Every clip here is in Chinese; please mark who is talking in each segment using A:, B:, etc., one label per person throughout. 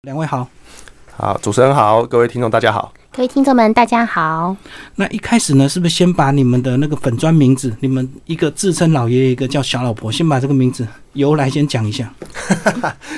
A: 两位好，
B: 好，主持人好，各位听众大家好。
C: 各位听众们，大家好。
A: 那一开始呢，是不是先把你们的那个粉砖名字，你们一个自称老爷爷，一个叫小老婆，先把这个名字由来先讲一下？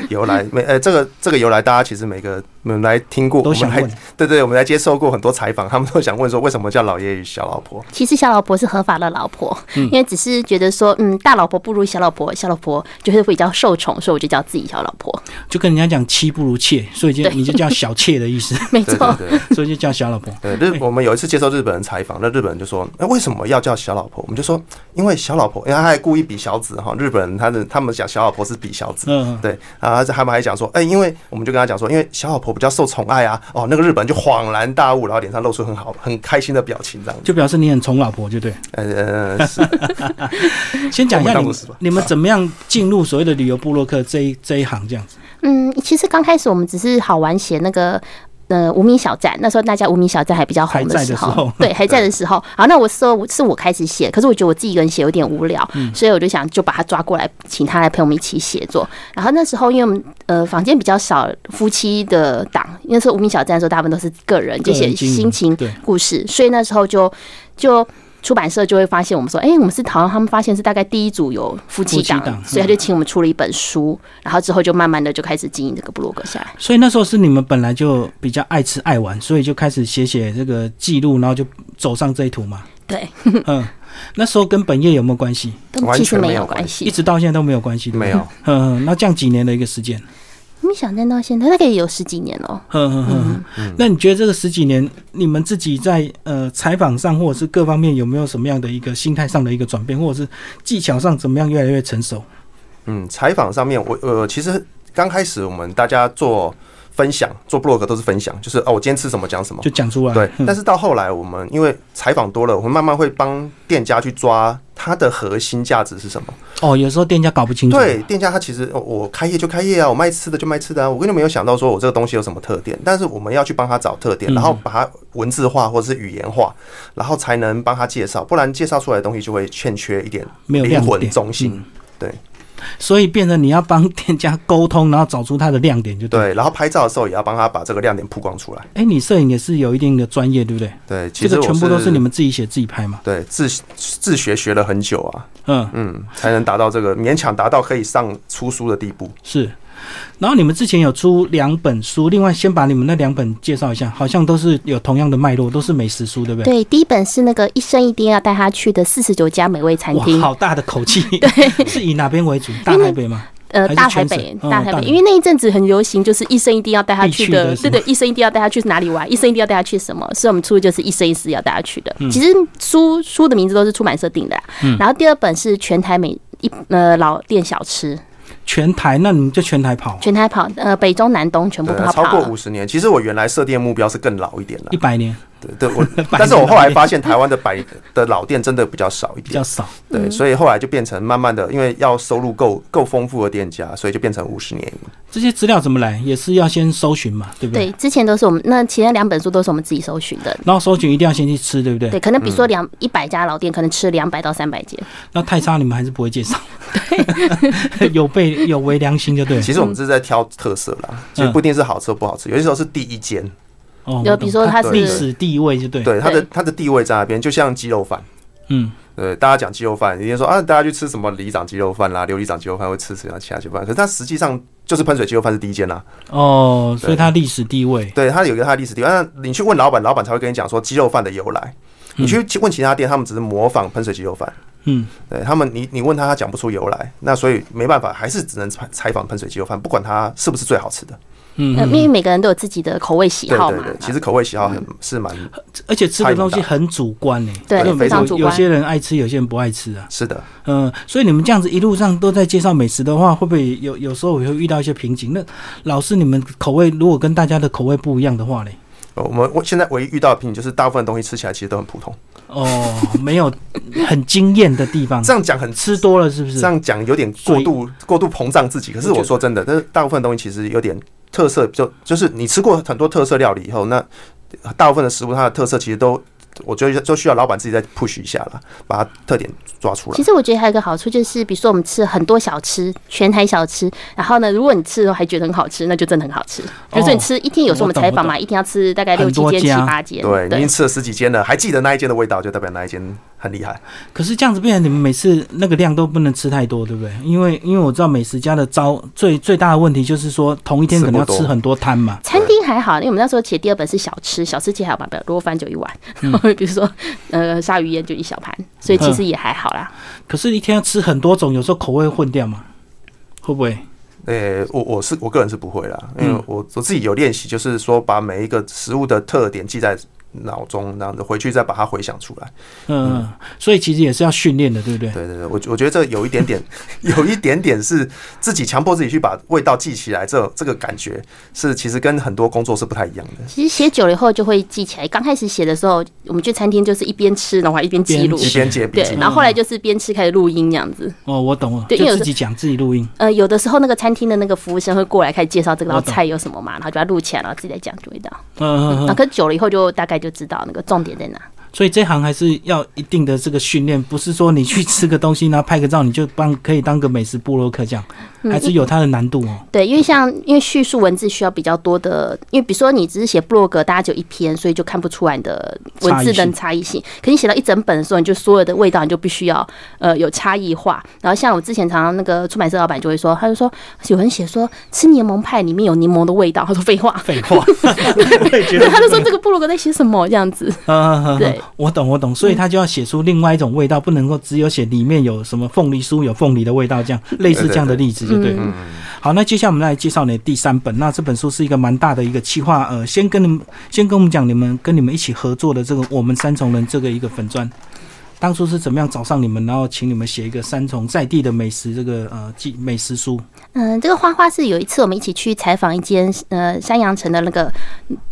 B: 由来 每呃，这个这个由来，大家其实每个我们来听过，
A: 都
B: 我们
A: 想
B: 还
A: 问。
B: 对对，我们来接受过很多采访，他们都想问说为什么叫老爷与小老 婆？
C: 其实小老婆是合法的老婆，
B: 嗯
C: 因为只是觉得说，嗯，大老婆不如小老婆，小老婆就会比较受宠，所以我就叫自己小老婆。
A: 就跟人家讲妻不如妾，所以就
C: 对
A: 你就叫小妾的意思，
C: 没
B: 对对
C: 错，
B: 对
A: 所以就叫小老婆。
B: 对，日我们有一次接受日本人采访，那日本人就说：“那、为什么要叫小老婆？”我们就说：“因为小老婆，因为他还故意比小子哈。日本人他的他们讲小老婆是比小子，
A: 嗯，
B: 对，然后他们还讲说：哎、因为我们就跟他讲说，因为小老婆比较受宠爱啊。哦，那个日本人就恍然大悟，然后脸上露出很好很开心的表情，这样子。
A: 就表示你很宠老婆，就对。
B: 呃呃，是
A: 先讲一下
B: 我们当
A: 你
B: 如
A: 们
B: 是吧
A: 你们怎么样进入所谓的旅游部落客这一这一行这样子？
C: 嗯，其实刚开始我们只是好玩写那个。呃，无名小站那时候大家无名小站还比较红
A: 还在
C: 时
A: 的
C: 候，
A: 时候
C: 对，还在的时 候。好，那我是我是我开始写，可是我觉得我自己一个人写有点无聊，
A: 嗯
C: 所以我就想就把他抓过来，请他来陪我们一起写作。然后那时候因为我们呃房间比较少夫妻的档，因为那时候无名小站的时候大部分都是个人，就
A: 个
C: 写
A: 人经营
C: 心情
A: 对
C: 故事，所以那时候就就。出版社就会发现我们说，哎、我们是好像他们发现是大概第一组有夫妻档
A: 夫妻档，
C: 所以他就请我们出了一本书，然后之后就慢慢的就开始经营这个部落格下来。
A: 所以那时候是你们本来就比较爱吃爱玩，所以就开始写写这个记录，然后就走上这一途嘛。
C: 对，
A: 嗯，那时候跟本业有没有关系？
C: 都
B: 完
C: 其实
B: 全没
C: 没
B: 有
C: 有
B: 关
C: 关
A: 一
C: 系。
A: 直到现在都没有关系，对不对
B: 没有。
A: 嗯，嗯那这样几年的一个时间？
C: 你想站到现在大概也有十几年了哦。
A: 哼哼哼，
B: 嗯
A: 那你觉得这个十几年，你们自己在呃采访上或者是各方面有没有什么样的一个心态上的一个转变，或者是技巧上怎么样越来越成熟？
B: 嗯，采访上面我呃，其实刚开始我们大家做分享、做 blog 都是分享，就是哦，我今天吃什么讲什么。
A: 就讲出来。
B: 对，
A: 嗯
B: 但是到后来我们因为采访多了，我们慢慢会帮店家去抓它的核心价值是什么。
A: 哦，有时候店家搞不清楚。
B: 对，店家他其实哦我开业就开业啊，我卖吃的就卖吃的啊，我根本没有想到说我这个东西有什么特点，但是我们要去帮他找特点，
A: 嗯
B: 然后把它文字化或者是语言化，然后才能帮他介绍，不然介绍出来的东西就会欠缺一点
A: 没有
B: 灵
A: 亮
B: 魂
A: 点
B: 中心。
A: 所以变成你要帮店家沟通，然后找出它的亮点，就对。
B: 对，然后拍照的时候也要帮他把这个亮点曝光出来。
A: 哎、你摄影也是有一定的专业，对不对？
B: 对，其
A: 这
B: 实
A: 个
B: 我
A: 全部都是你们自己写自己拍嘛。
B: 对自自学学了很久啊，
A: 嗯，
B: 嗯，才能达到这个勉强达到可以上出书的地步。
A: 是。然后你们之前有出两本书，另外先把你们那两本介绍一下，好像都是有同样的脉络，都是美食书，对不对？
C: 对，第一本是那个一生一定要带他去的四十九家美味餐
A: 哇，
C: 厅，
A: 好大的口气！对，是以哪边为主？大台北吗？
C: 呃
A: 还，是
C: 大台
A: 全省
C: 北，
A: 嗯
C: 大台
A: 大
C: 北，
A: 台
C: 因为那一阵子很流行，就是一生一定要带他
A: 必
C: 去
A: 去的
C: 的，
A: 是
C: 对对，一生一定要带他去哪里玩，一生一定要带他去什么，所以我们出的就是一生一世要带他去的。
A: 嗯
C: 其实书书的名字都是出版社定的啦，啊然后第二本是全台美一呃老店小吃，
A: 全台，那你们就全台跑啊
C: 全台跑呃北中南东全部
B: 对啊
C: 跑，
B: 超
C: 跑
B: 过
C: 了
B: 五十年。其实我原来设定目标是更老一点的
A: 一， 百年
B: 对对，我
A: 年，
B: 但是我后来发现台湾的百的老店真的比较少一
A: 比较嗯
B: 点，
A: 少，
B: 对，所以后来就变成慢慢的，因为要收入够够丰富的店家，所以就变成五十年。
A: 这些资料怎么来？也是要先搜寻嘛，对不对？
C: 对，之前都是我们那前两本书都是我们自己搜寻的，
A: 然后搜寻一定要先去吃，对不对？嗯
C: 对，可能比如说两一百家老店，可能吃两百到三百间，
A: 那太差你们还是不会介绍， 有被有违良心就对了。
B: 其实我们是在挑特色啦，其实不一定是好吃或不好吃，有些时候是第一间，
A: 哦，
C: 就
A: 我懂
C: 比如说它
B: 是
A: 历史地位就对，
B: 对它的
C: 对
B: 它的地位在那边，就像鸡肉饭。
A: 嗯，
B: 对，大家讲鸡肉饭，一定说啊，大家去吃什么里长鸡肉饭啦、琉璃长鸡肉饭，会吃什么其他鸡肉饭？可是它实际上就是喷水鸡肉饭是第一间啦。
A: 哦，所以它历史地位
B: 对，它有一个它的历史地位。那你去问老板，老板才会跟你讲说鸡肉饭的由来。你去问其他店，他们只是模仿喷水鸡肉饭。
A: 嗯，
B: 对他们，你你问他，他讲不出由来，那所以没办法，还是只能采采访喷水鸡肉饭，不管它是不是最好吃的。
A: 嗯，
C: 呃，因为每个人都有自己的口味喜
B: 对
C: 好
B: 对
C: 嘛，
B: 对，其实口味喜好很是蛮
A: 而且吃的东西很主观呢、
C: 对
A: 就
B: 非常
A: 有
C: 主
A: 有
C: 观
A: 些人爱吃，有些人不爱吃啊。
B: 是的。
A: 嗯、所以你们这样子一路上都在介绍美食的话，会不会有有时候也会遇到一些瓶颈？那老师，你们口味如果跟大家的口味不一样的话嘞？
B: 呃我们我现在唯一遇到的瓶颈就是大部分东西吃起来其实都很普通。
A: 哦，没有很惊艳的地方，
B: 这样讲很
A: 吃多了是不是？
B: 这样讲有点过度过度膨胀自己。可是
A: 我觉
B: 我
A: 得
B: 说真的，但是大部分东西其实有点特色，就就是你吃过很多特色料理以后，那大部分的食物它的特色其实都我觉得就需要老板自己再 push 一下了，把它特点抓出来
C: 其。实我觉得还有一个好处就是，比如说我们吃很多小吃，全台小吃，然后呢，如果你吃的还觉得很好吃，那就真的很好吃。比如说你吃一天，有时候我们采访嘛，一天要吃大概六
A: 很
C: 七
A: 多
C: 间、七
A: 家
C: 八间，
B: 对，你已经吃了十几间了，还记得那一间的味道，就代表那一间很厉害。
A: 可是这样子变成你们每次那个量都不能吃太多，对不对？因为因为我知道美食家的招最最大的问题就是说，同一天可能要吃很多摊嘛。
C: 餐厅还好，因为我们那时候写第二本是小吃，小吃界还有把螺饭就一碗，然后 比如说呃鲨鱼烟就一小盘，所以其实也还好啦。
A: 可是，一天要吃很多种，有时候口味混掉嘛，会不会？
B: 诶、我我是我个人是不会啦，因为
C: 嗯
B: 我我自己有练习，就是说把每一个食物的特点记在脑中，然后回去再把它回想出来。
A: 嗯，嗯所以其实也是要训练的，对不对？
B: 对对对，我我觉得这有一点点，有一点点是自己强迫自己去把味道记起来，这这个感觉是其实跟很多工作是不太一样的。
C: 其实写久了以后就会记起来。刚开始写的时候，我们去餐厅就是一边吃，然后还一边记录
A: 边，
B: 一边解笔
C: 对
B: 记，，
C: 然后后来就是边吃开始录音这样子。
A: 哦，我懂了，
C: 对
A: 就
C: 因为有
A: 自
C: 时
A: 己讲自己录音。
C: 呃，有的时候那个餐厅的那个服务生会过来开始介绍这个
A: 我
C: 道
A: 懂
C: 菜有什么嘛，然后就要录起来，然后自己再讲就味道。
A: 嗯嗯
C: 啊，
A: 嗯，
C: 可是久了以后就大概就知道那个重点在哪。
A: 所以这行还是要一定的这个训练，不是说你去吃个东西，然后拍个照，你就帮可以当个美食部落客这样，
C: 嗯
A: 还是有它的难度哦。
C: 对，因为像因为叙述文字需要比较多的，因为比如说你只是写 blog，大家只有一篇，所以就看不出来你的文字的差异性。可你写到一整本的时候，你就所有的味道你就必须要呃有差异化。然后像我之前常常那个出版社老板就会说，他就说有人写说吃柠檬派里面有柠檬的味道，他说废话，
A: 废话， 我也觉
C: 对，他就说这个部落格在写什么这样子。
A: 嗯， 嗯嗯
C: 对
A: 我懂我懂，所以他就要写出另外一种味道，不能够只有写里面有什么凤梨酥有凤梨的味道， 这样类似这样的例子就对了。好，那接下来我们来介绍你的第三本，那这本书是一个蛮大的一个企划，呃，先跟你们先跟我们讲你们跟你们一起合作的这个我们三重人这个一个粉砖。当初是怎么样找上你们，然后请你们写一个三重在地的美食这个呃记美食书？
C: 嗯，这个花花是有一次我们一起去采访一间呃山羊城的那个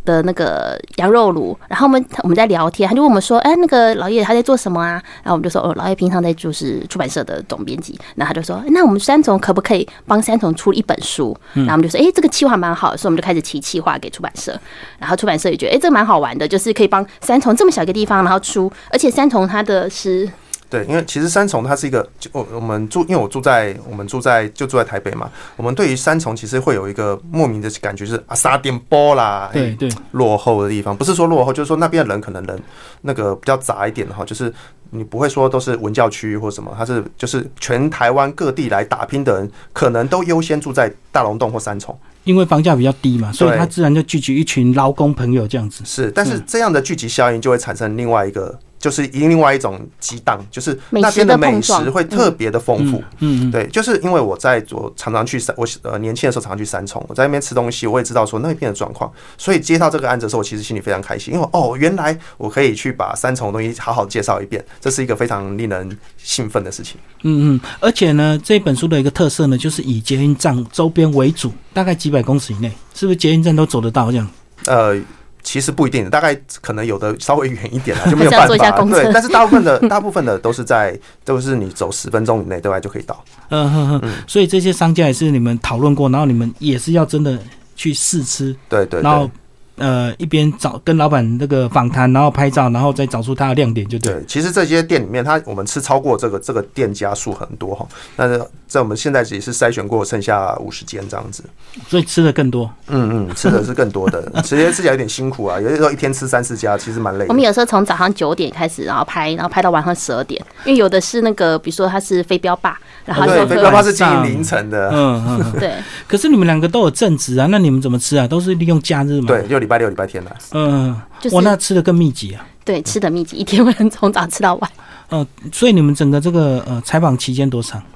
C: 的那个羊肉炉，然后我们我们在聊天，他就问我们说，哎，那个老叶他在做什么啊？然后我们就说，哦，老叶平常在就是出版社的总编辑，然后他就说，哎那我们三总可不可以帮三总出一本书？然后我们就说，哎，这个企划蛮好的，所以我们就开始提企划给出版社，然后出版社也觉得，哎，这个蛮好玩的，就是可以帮三重这么小一个地方，然后出，而且三重它的是
B: 对，因为其实三重它是一个，就我我们住，因为我住在我们住在就住在台北嘛，我们对于三重其实会有一个莫名的感觉，就是啊沙点波啦，哎
A: 对对，
B: 落后的地方，不是说落后，就是说那边的人可能人那个比较杂一点哈，就是你不会说都是文教区或什么，它是就是全台湾各地来打拼的人，可能都优先住在大龙洞或三重。
A: 因为房价比较低嘛，所以
B: 对
A: 他自然就聚集一群劳工朋友这样子。
B: 是，但是这样的聚集效应就会产生另外一个，就是另外一种激荡，就是
C: 美
B: 那
C: 食
B: 边
C: 的
B: 的美
C: 碰
B: 食
C: 撞
B: 会特别的丰富。
A: 嗯嗯，
B: 对，就是因为我在我常常去三，我呃年轻的时候常常去三重，我在那边吃东西，我也知道说那边的状况，所以接到这个案子的时候，我其实心里非常开心，因为哦，原来我可以去把三重的东西好好介绍一遍，这是一个非常令人兴奋的事情。
A: 嗯嗯，而且呢，这本书的一个特色呢，就是以捷运站周边为主，大概几百公尺以内，是不是捷运站都走得到这样？
B: 呃，其实不一定，大概可能有的稍微远一点啦，就没有
C: 还是要
B: 办
C: 坐一下
B: 法。
C: 公车
B: 对，但是大部分的大部分的都是在都是你走十分钟以内，对吧？就可以到。
A: 嗯哼哼，所以这些商家也是你们讨论过，然后你们也是要真的去试吃，
B: 对对
A: 然后
B: 对。
A: 呃一边找跟老板那个访谈，然后拍照，然后再找出它的亮点，就对。
B: 对，其实这些店里面，它我们吃超过这个这个店家数很多哈，但是在我们现在也是筛选过，剩下五十间这样子。
A: 所以吃的更多。
B: 嗯嗯，吃的是更多的，直接吃起来有点辛苦啊，有些时候一天吃三四家，其实蛮累
C: 我们
B: 的。
C: 有时候从早上九点开始，然后拍，然后拍到晚上十二点，因为有的是那个，比如说他是飞镖吧，然后
B: 对，
C: 就
B: 飞
C: 会
B: 镖它是经营凌晨的，
A: 嗯嗯嗯，
C: 对，
A: 可是你们两个都有正职啊，那你们怎么吃啊？都是利用假日嘛。
B: 对，，就礼拜六、礼拜天啊啦。
A: 嗯，
C: 就是
A: 哇，那吃的更密集啊。
C: 对吃的密集，一天会从早吃到晚。
A: 嗯，所以你们整个这个呃采访期间多长？
C: 嗯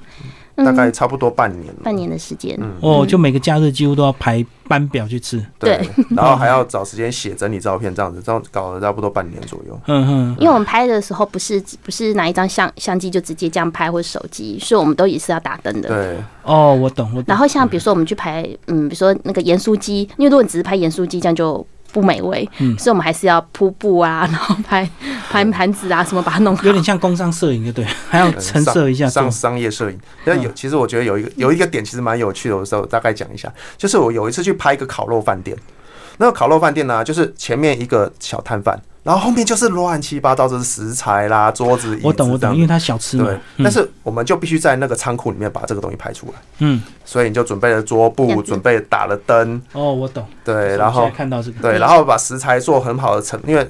B: 大概差不多半年了。
C: 半年的时间，
A: 哦，就每个假日几乎都要排班表去吃。
B: 嗯对，然后还要找时间写整理照片，这样子，这样搞了差不多半年左右。
A: 嗯哼。
C: 因为我们拍的时候不是不是拿一张相相机就直接这样拍或手机，所以我们都也是要打灯的。
B: 对，
A: 哦，我懂，我懂。
C: 然后像比如说我们去拍，嗯，比如说那个盐酥鸡，因为如果你只是拍盐酥鸡，这样就不美味，
B: 嗯
C: 所以我们还是要铺布啊，然后 拍拍盘子啊什么把它弄好
A: 有。点像工商摄影，就对， 还要陈设一下做嗯
B: 商商。商业摄影。那有，其实我觉得有一个有一个点其实蛮有趣的，我稍微大概讲一下，就是我有一次去拍一个烤肉饭店，那个烤肉饭店呢、就是前面一个小摊贩。然后后面就是乱七八糟，就是食材啦、桌子、椅子
A: 我懂我
B: 这
A: 懂，
B: 样
A: 因为它小吃嘛
B: 对，，但是我们就必须在那个仓库里面把这个东西排出来，
A: 嗯，
B: 所以你就准备了桌
C: 这
B: 布，
C: 样子
B: 准备打了灯，
A: 哦，我懂。
B: 对，
A: 是嗯
B: 然
A: 我
B: 后
A: 现在看到这个，
B: 对，然后把食材做很好的盛，因为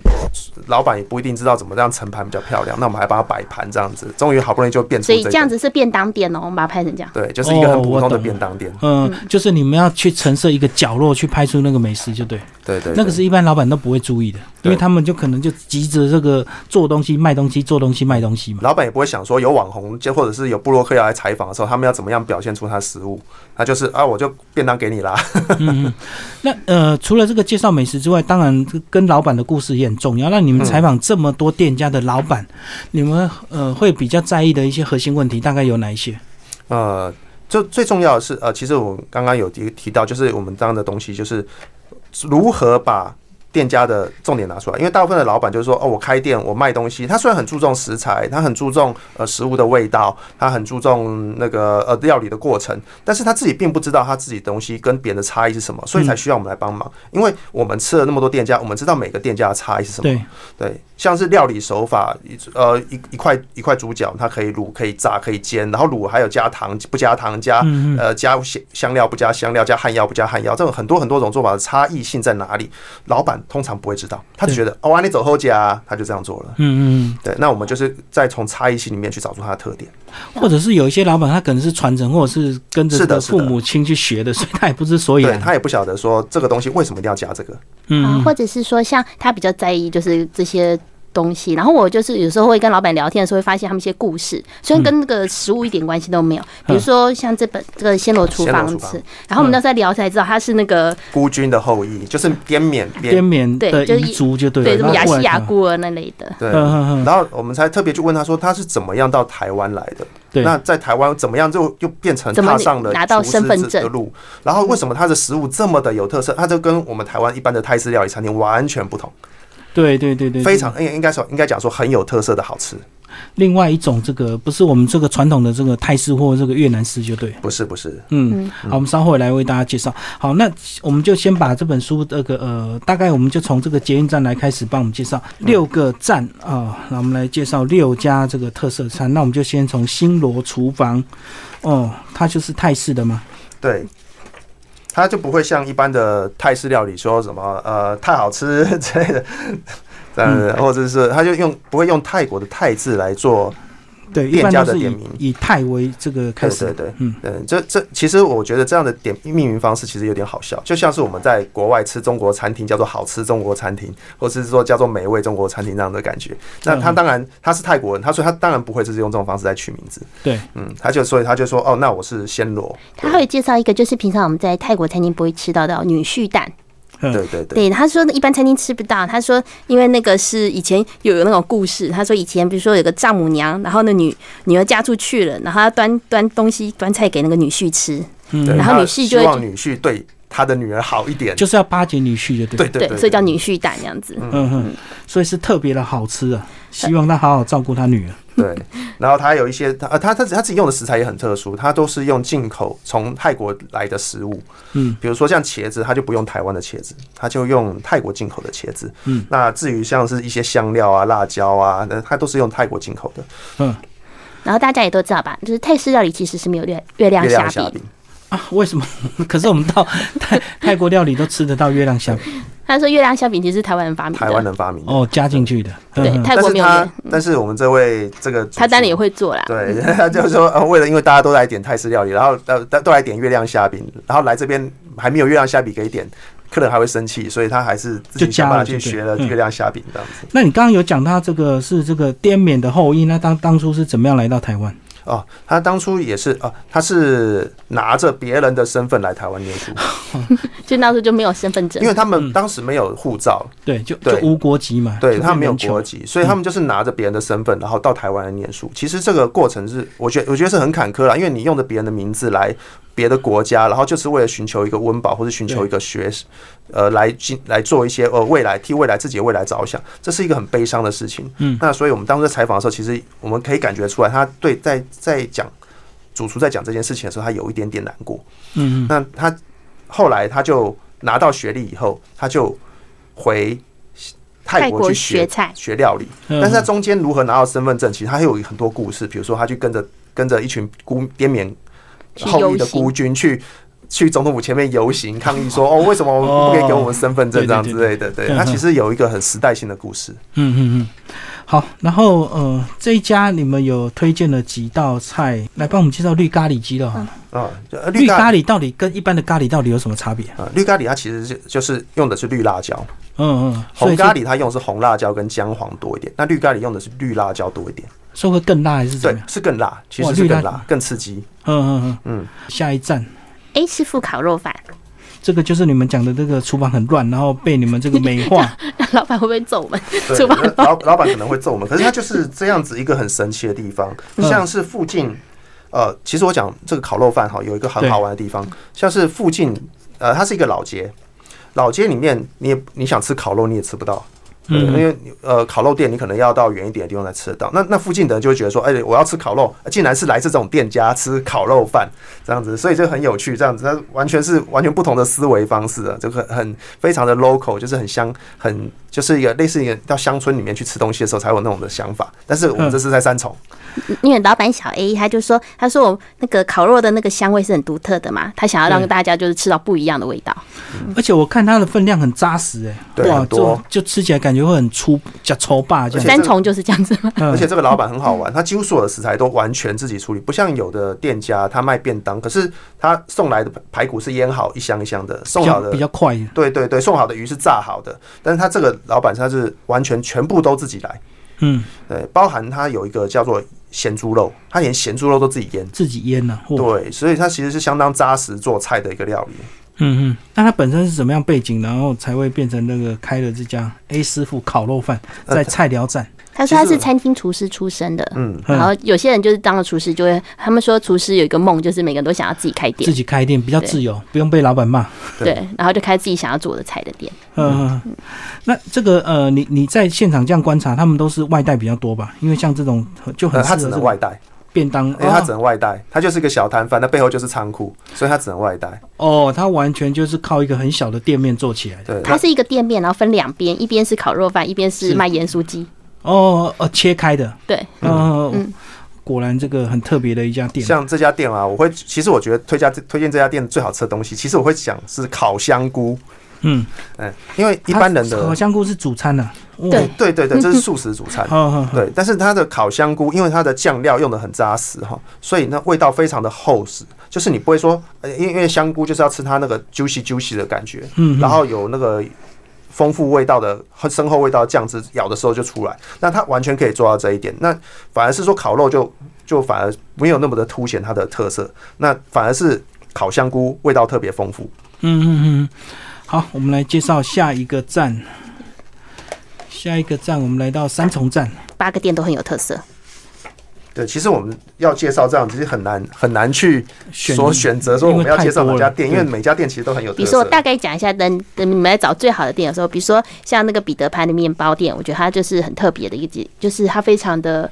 B: 老板也不一定知道怎么样盛盘比较漂亮，那我们还帮他摆盘这样子，终于好不容易就变出
C: 所以
B: 这个，
C: 这样子是便当店哦，我们把它拍成这样。
B: 对，就是一个很
A: 哦
B: 普
A: 我
B: 通的
A: 懂
B: 便当店，
A: 嗯，就是你们要去橙色一个角落去拍出那个美食，就对，
B: 对对，
A: 那个
B: 对
A: 是一般老板都不会注意的，因
B: 对
A: 为他们就可能就急着这个做东西、卖东西、做东西、卖东西嘛。
B: 老板也不会想说有网红，就或者是有布洛克要来采访的时候，他们要怎么样表现出他食物，那就是啊，我就便当给你啦，
A: 嗯嗯，那呃，除了这个介绍美食之外，当然跟老板的故事也很重要。那你们采访这么多店家的老板，你们呃会比较在意的一些核心问题大概有哪一些？
B: 呃，就最重要的是，呃，其实我刚刚有提提到，就是我们这样的东西，就是呃如何把店家的重点拿出来。因为大部分的老板就是说，哦，我开店，我卖东西，他虽然很注重食材，他很注重呃食物的味道，他很注重那个呃料理的过程，但是他自己并不知道他自己的东西跟别人的差异是什么，所以才需要我们来帮忙。因为我们吃了那么多店家，我们知道每个店家的差异是什么。
A: 对，
B: 对，像是料理手法，一呃一一块一块猪脚，它可以卤、可以炸、可以煎，然后卤还有加糖不加糖、加
A: 嗯
B: 呃加香香料不加香料、加汉药不加汉药，这种很多很多种做法的差异性在哪里？老板通常不会知道，他只觉得哦，啊你走后加，他就这样做了。
A: 嗯嗯
B: 对，那我们就是再从差异性里面去找出它的特点。
A: 嗯，或者是有一些老板他可能是传承，或者是跟着
B: 是
A: 这
B: 的
A: 个
B: 是的
A: 父母亲去学的，所以他也不知所以
B: 对
A: 然。
B: 他也不晓得说这个东西为什么一定要加这个。
C: 啊
A: 嗯，，
C: 或者是说像他比较在意就是这些东西，然后我就是有时候会跟老板聊天的时候会发现他们一些故事，
A: 嗯
C: 虽然跟那个食物一点关系都没有，比如说像这本这个暹罗厨
B: 暹罗
C: 房
B: 厨房
C: 子，然后我
A: 嗯
C: 们那时候在聊才知道他是那个
B: 孤军的后裔就是滇缅边
A: 边缅的
C: 对就是
A: 彝族就对了，
C: 对什么
A: 然
C: 雅
A: 后过来
C: 西亚
A: 的
C: 孤儿那类的，
B: 对，
A: 嗯嗯嗯
B: 然后我们才特别去问他说他是怎么样到台湾来的。
A: 对
B: 那在台湾怎么样就又变成
C: 怎么
B: 踏上了
C: 拿到
B: 厨师
C: 身份证嗯
B: 的路？然后为什么他的食物这么的有特色？它就跟我们台湾一般的泰式料理餐厅完全不同，
A: 对对对对，
B: 非常应应该说应该讲说很有特色的好吃。
A: 另外一种这个不是我们这个传统的这个泰式或这个越南式就对。
B: 不是不是，
A: 嗯，好，我们稍后来为大家介绍。好，那我们就先把这本书这个呃，大概我们就从这个捷运站来开始帮我们介绍
B: 嗯
A: 六个站啊、那我们来介绍六家这个特色餐。那我们就先从新罗厨房，哦，它就是泰式的嘛，
B: 对。它就不会像一般的泰式料理说什么呃太好吃之类的，嗯，或者是它就用不会用泰国的泰字来做
A: 对，一
B: 嗯店
A: 般
B: 家
A: 都
B: 的
A: 是
B: 店
A: 以
B: 名
A: 以泰为这个开始
B: 对对对，
A: 嗯
B: 嗯，这这其实我觉得这样的点命名方式其实有点好笑，就像是我们在国外吃中国餐厅叫做好吃中国餐厅，或是说叫做美味中国餐厅这样的感觉。那
A: 嗯
B: 他当然他是泰国人，他所以他当然不会就是用这种方式来取名字，
A: 对，
B: 嗯，他就所以他就说哦，那我是暹罗，
C: 他会介绍一个就是平常我们在泰国餐厅不会吃到的女婿蛋，
A: 嗯
B: 对对对，
C: 对，他说一般餐厅吃不到。他说，因为那个是以前有有那种故事。他说以前比如说有个丈母娘，然后那女女儿嫁出去了，然后她端端东西端菜给那个女婿吃，
B: 对
A: 嗯，
C: 然后
B: 他
C: 女婿
B: 希
C: 就会
B: 望女婿对他的女儿好一点，
A: 就是要巴结女婿就对，
B: 对，对对，
C: 所以叫女婿蛋这样子。
A: 嗯哼，所以是特别的好吃啊，希望他好好照顾他女儿。
B: 对，然后他有一些他呃他他他自己用的食材也很特殊，他都是用进口从泰国来的食物，
A: 嗯，
B: 比如说像茄子，他就不用台湾的茄子，他就用泰国进口的茄子，嗯，那至于像是一些香料啊、辣椒啊，那他都是用泰国进口的
A: 嗯
C: 然后大家也都知道吧，就是泰式料理其实是没有月月亮
B: 月
C: 虾
B: 亮虾
C: 饼。
B: 饼。
A: 啊，为什么？ 可是我们到泰泰国料理都吃得到月亮虾饼
C: 他说月亮虾饼其实是台湾人发明
B: 台湾
C: 的，
B: 人发明的，
A: 哦，加进去的。
C: 对
A: 嗯，
C: 泰
B: 但
C: 国
B: 是
C: 没有
B: 他
C: 月，
B: 但是我们这位这个
C: 他当然也
B: 会。
C: 会做
A: 啊
C: 啦。
B: 对， 他就是说，呃，为了因为大家都来点泰式料理，然后呃，大都来点月亮虾饼，然后来这边还没有月亮虾饼给点，客人还会生气，所以他还是自
A: 就
B: 己
A: 加
B: 想办
A: 了
B: 法
A: 就
B: 去
A: 对
B: 学了
A: 嗯
B: 月亮虾饼这样子。
A: 那你刚刚有讲他这个是这个滇缅的后裔，那当当初是怎么样来到台湾？
B: 哦，他当初也是哦，他是拿着别人的身份来台湾念书，
C: 就那时候就没有身份证
B: 因，为他
A: 嗯
B: 们当时没有护照，
A: 对，就就
B: 对
A: 无国籍嘛，
B: 对
A: 就
B: 他们没有
A: 人球
B: 国籍，所以他们就是拿着别人的身份，然后到台湾来念书。其实这个过程是，我觉得我觉得是很坎坷啦，因为你用着别人的名字来别的国家，然后就是为了寻求一个温饱或是寻求一个学，呃，来进来做一些呃未来替未来自己的未来着想，这是一个很悲伤的事情。
A: 嗯
B: 那所以我们当时在采访的时候，其实我们可以感觉出来，他对在在讲主厨在讲这件事情的时候，他有一点点难过。
A: 嗯嗯
B: 那他后来他就拿到学历以后，他就回泰国去
C: 泰国
B: 学
C: 学菜
B: 学料理，
A: 嗯
B: 但是他中间如何拿到身份证，其实他还有很多故事，比如说他去跟着跟着一群孤滇缅
C: 去
B: 后裔
C: 游
B: 的
C: 行
B: 孤军去。去总统府前面游行抗议说：“哦，为什么不可以给我们身份证
A: 哦
B: 这样
A: 对
B: 之
A: 对
B: 类的？”对，
A: 嗯
B: 他
A: 嗯
B: 其实有一个很时代性的故事。
A: 嗯嗯嗯，好，然后呃，这一家你们有推荐了几道菜来帮我们介绍绿咖喱鸡肉好了？
B: 啊，就呃
A: 绿
B: 绿
A: 咖
B: 咖
A: 喱到底跟一般的咖喱到底有什么差别？
B: 啊，绿咖喱它其实就就是用的是绿辣椒，
A: 嗯嗯，所
B: 红
A: 以
B: 咖
A: 是
B: 喱它用的是红辣椒跟姜黄多一点，那绿咖喱用的是绿辣椒多一点，
A: 是会更辣还是怎
B: 对
A: 么样？，
B: 是更辣，其
A: 哇
B: 实是
A: 绿辣
B: 更辣，更刺激。
A: 嗯嗯嗯
B: 嗯，
A: 下一站，
C: A 师傅烤肉饭，
A: 这个就是你们讲的这个厨房很乱，然后被你们这个美化。
C: 老板会不会揍我们？
B: 对，
C: 厨房
B: 那老老板可能会揍我们，可是它就是这样子一个很神奇的地方，
A: 嗯
B: 像是附近，呃，其实我讲这个烤肉饭哈，有一个很好玩的地方，像是附近，呃，它是一个老街，老街里面你也你想吃烤肉你也吃不到。对，因
A: 嗯
B: 为你呃烤肉店你可能要到远一点的地方才吃得到，那那附近的人就会觉得说，哎、我要吃烤肉，竟然是来自这种店家吃烤肉饭这样子，所以就很有趣，这样子，那完全是完全不同的思维方式啊，这个很非常的 local，就是很乡，很就是一个类似一个到乡村里面去吃东西的时候才有那种的想法，但是我们这是在三重，
C: 因为老板小 A 他就说，他说我那个烤肉的那个香味是很独特的嘛，他想要让
A: 对
C: 大家就是吃到不一样的味道。
A: 而且我看它的分量很扎实，哎，
B: 对
A: 哇，
B: 很多
A: 就就吃起来感觉会很粗，加粗霸这
B: 而且
A: 样。
C: 三重就是这样子吗？
A: 嗯
B: 而且这个老板很好玩，他几乎所有的食材都完全自己处理，不像有的店家他卖便当，可是他送来的排骨是腌好一箱一箱的，
A: 比
B: 送好
A: 较
B: 的
A: 比较快，
B: 对对对，送好的鱼是炸好的，但是他这个老板他是完全全部都自己来，
A: 嗯，
B: 对，包含他有一个叫做咸猪肉，他连咸猪肉都自己腌，
A: 自己腌呢、啊。哇
B: 对，所以他其实是相当扎实做菜的一个料理。
A: 嗯嗯，那它本身是怎么样背景，然后才会变成那个开了这家 A 师傅烤肉饭，
B: 呃
A: 在菜寮站。
C: 他说他
B: 其实
C: 是餐厅厨师出身的，
B: 嗯，
A: 嗯
C: 然后有些人就是当了厨师就会，他们说厨师有一个梦，就是每个人都想要自己开
A: 自
C: 店，
A: 己开店比较自由，不用被老板骂。
B: 对
C: 对，然后就开自己想要做的菜的店。
A: 嗯，嗯那这个呃，你你在现场这样观察，他们都是外带比较多吧？因为像这种呃就很
B: 呃，
A: 适合
B: 他只能
A: 这种
B: 外带，
A: 便当，
B: 因为他只
A: 哦
B: 能外带，他就是一个小摊贩，那背后就是仓库，所以他只能外带。
A: 哦，他完全就是靠一个很小的店面做起来的。
B: 对，
C: 它
B: 那
C: 是一个店面，然后分两边，一边是烤肉饭，一边
A: 是
C: 是卖盐酥鸡。
A: 哦哦，切开的，
C: 对，
A: 呃
C: 嗯，
A: 果然这个很特别的一家店。
B: 像这家店啊，我会其实我觉得推荐推荐这家店最好吃的东西，其实我会想是烤香菇，
A: 嗯，
B: 嗯，因为一般人
A: 烤
B: 的哎
A: 香菇是主餐呢。哇
C: 对，
B: 对对对，这是素食主餐。
A: 好好好，
B: 对，但是它的烤香菇，因为它的酱料用的很扎实哈，所以呢味道非常的厚实，就是你不会说，呃因为因为香菇就是要吃它那个 juicy juicy 的感觉，
A: 嗯，
B: 然后有那个丰富味道的很深厚味道的酱汁，咬的时候就出来，那它完全可以做到这一点。那反而是说烤肉就就反而没有那么的凸显它的特色，那反而是烤香菇味道特别丰富。
A: 嗯嗯嗯，好，我们来介绍下一个站。下一个站，我们来到三重站。
C: 八个店都很有特色。
B: 对，其实我们要介绍这样，其实很难很难去
A: 选
B: 所选择说我们要介绍哪家店，
A: 因
B: 因
A: 为太多了
B: 为每家店其实都很有特色。
C: 比如说，我大概讲一下，等等你们来找最好的店的时候，比如说像那个彼得潘的面包店，我觉得它就是很特别的一个，就是它非常的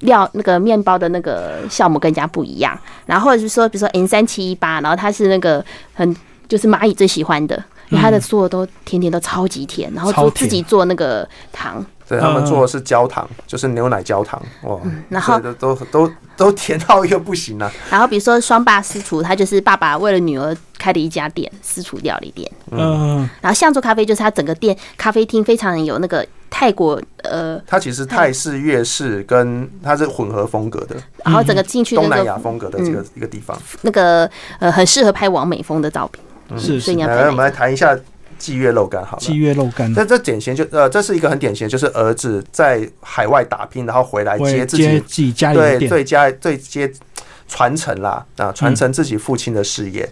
C: 料那个面包的那个酵母跟人家不一样。然后或者是说，比如说 N 三七一八，然后它是那个很就是蚂蚁最喜欢的，因为它的所有都甜甜都超级甜，然后
A: 超
C: 做
A: 甜
C: 自己做那个糖，
B: 对他们做的是焦糖，就是牛奶焦糖，哇，
C: 嗯然后
B: 所以都都都都甜到一个不行啊！
C: 然后比如说双爸私厨，他就是爸爸为了女儿开的一家店，私厨料理店。
A: 嗯，
C: 然后象州咖啡就是它整个店咖啡厅非常有那个泰国呃，
B: 它其实泰式、粤式跟它是混合风格的
C: 然后整个嗯进去
B: 东
C: 那
B: 南
C: 个
B: 亚风格的这个一个地方。
C: 那个呃很适合拍完美风的照片，
B: 嗯
A: 是
C: 所以
A: 是
C: 你要
B: 来，
C: 拍
B: 我们
C: 哪
B: 来
C: 一个
B: 谈一下鲫月肉干好
A: 七
B: 了。
A: 月肉干。
B: 这这典型就呃，这是一个很典型的，就是儿子在海外打拼，然后回来接
A: 会
B: 自己
A: 接自己家里的
B: 对
A: 店，
B: 最佳最接传承啦啊，传承自己父亲的事业。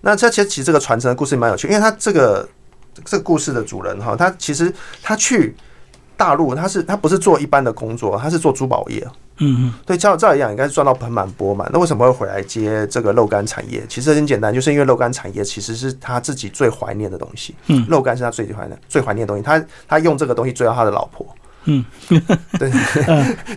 B: 那这其实其实这个传承的故事蛮有趣，因为他这个这个故事的主人哈，他其实他去大陆，他是他不是做一般的工作，他是做珠宝业。
A: 嗯嗯
B: 对，照照理讲应该是赚到盆满钵满，那为什么会回来接这个肉干产业？其实很简单，就是因为肉干产业其实是他自己最怀念的东西。
A: 嗯
B: 肉干是他最怀念最怀念的东西，他他用这个东西追到他的老婆。
A: 嗯，
B: 对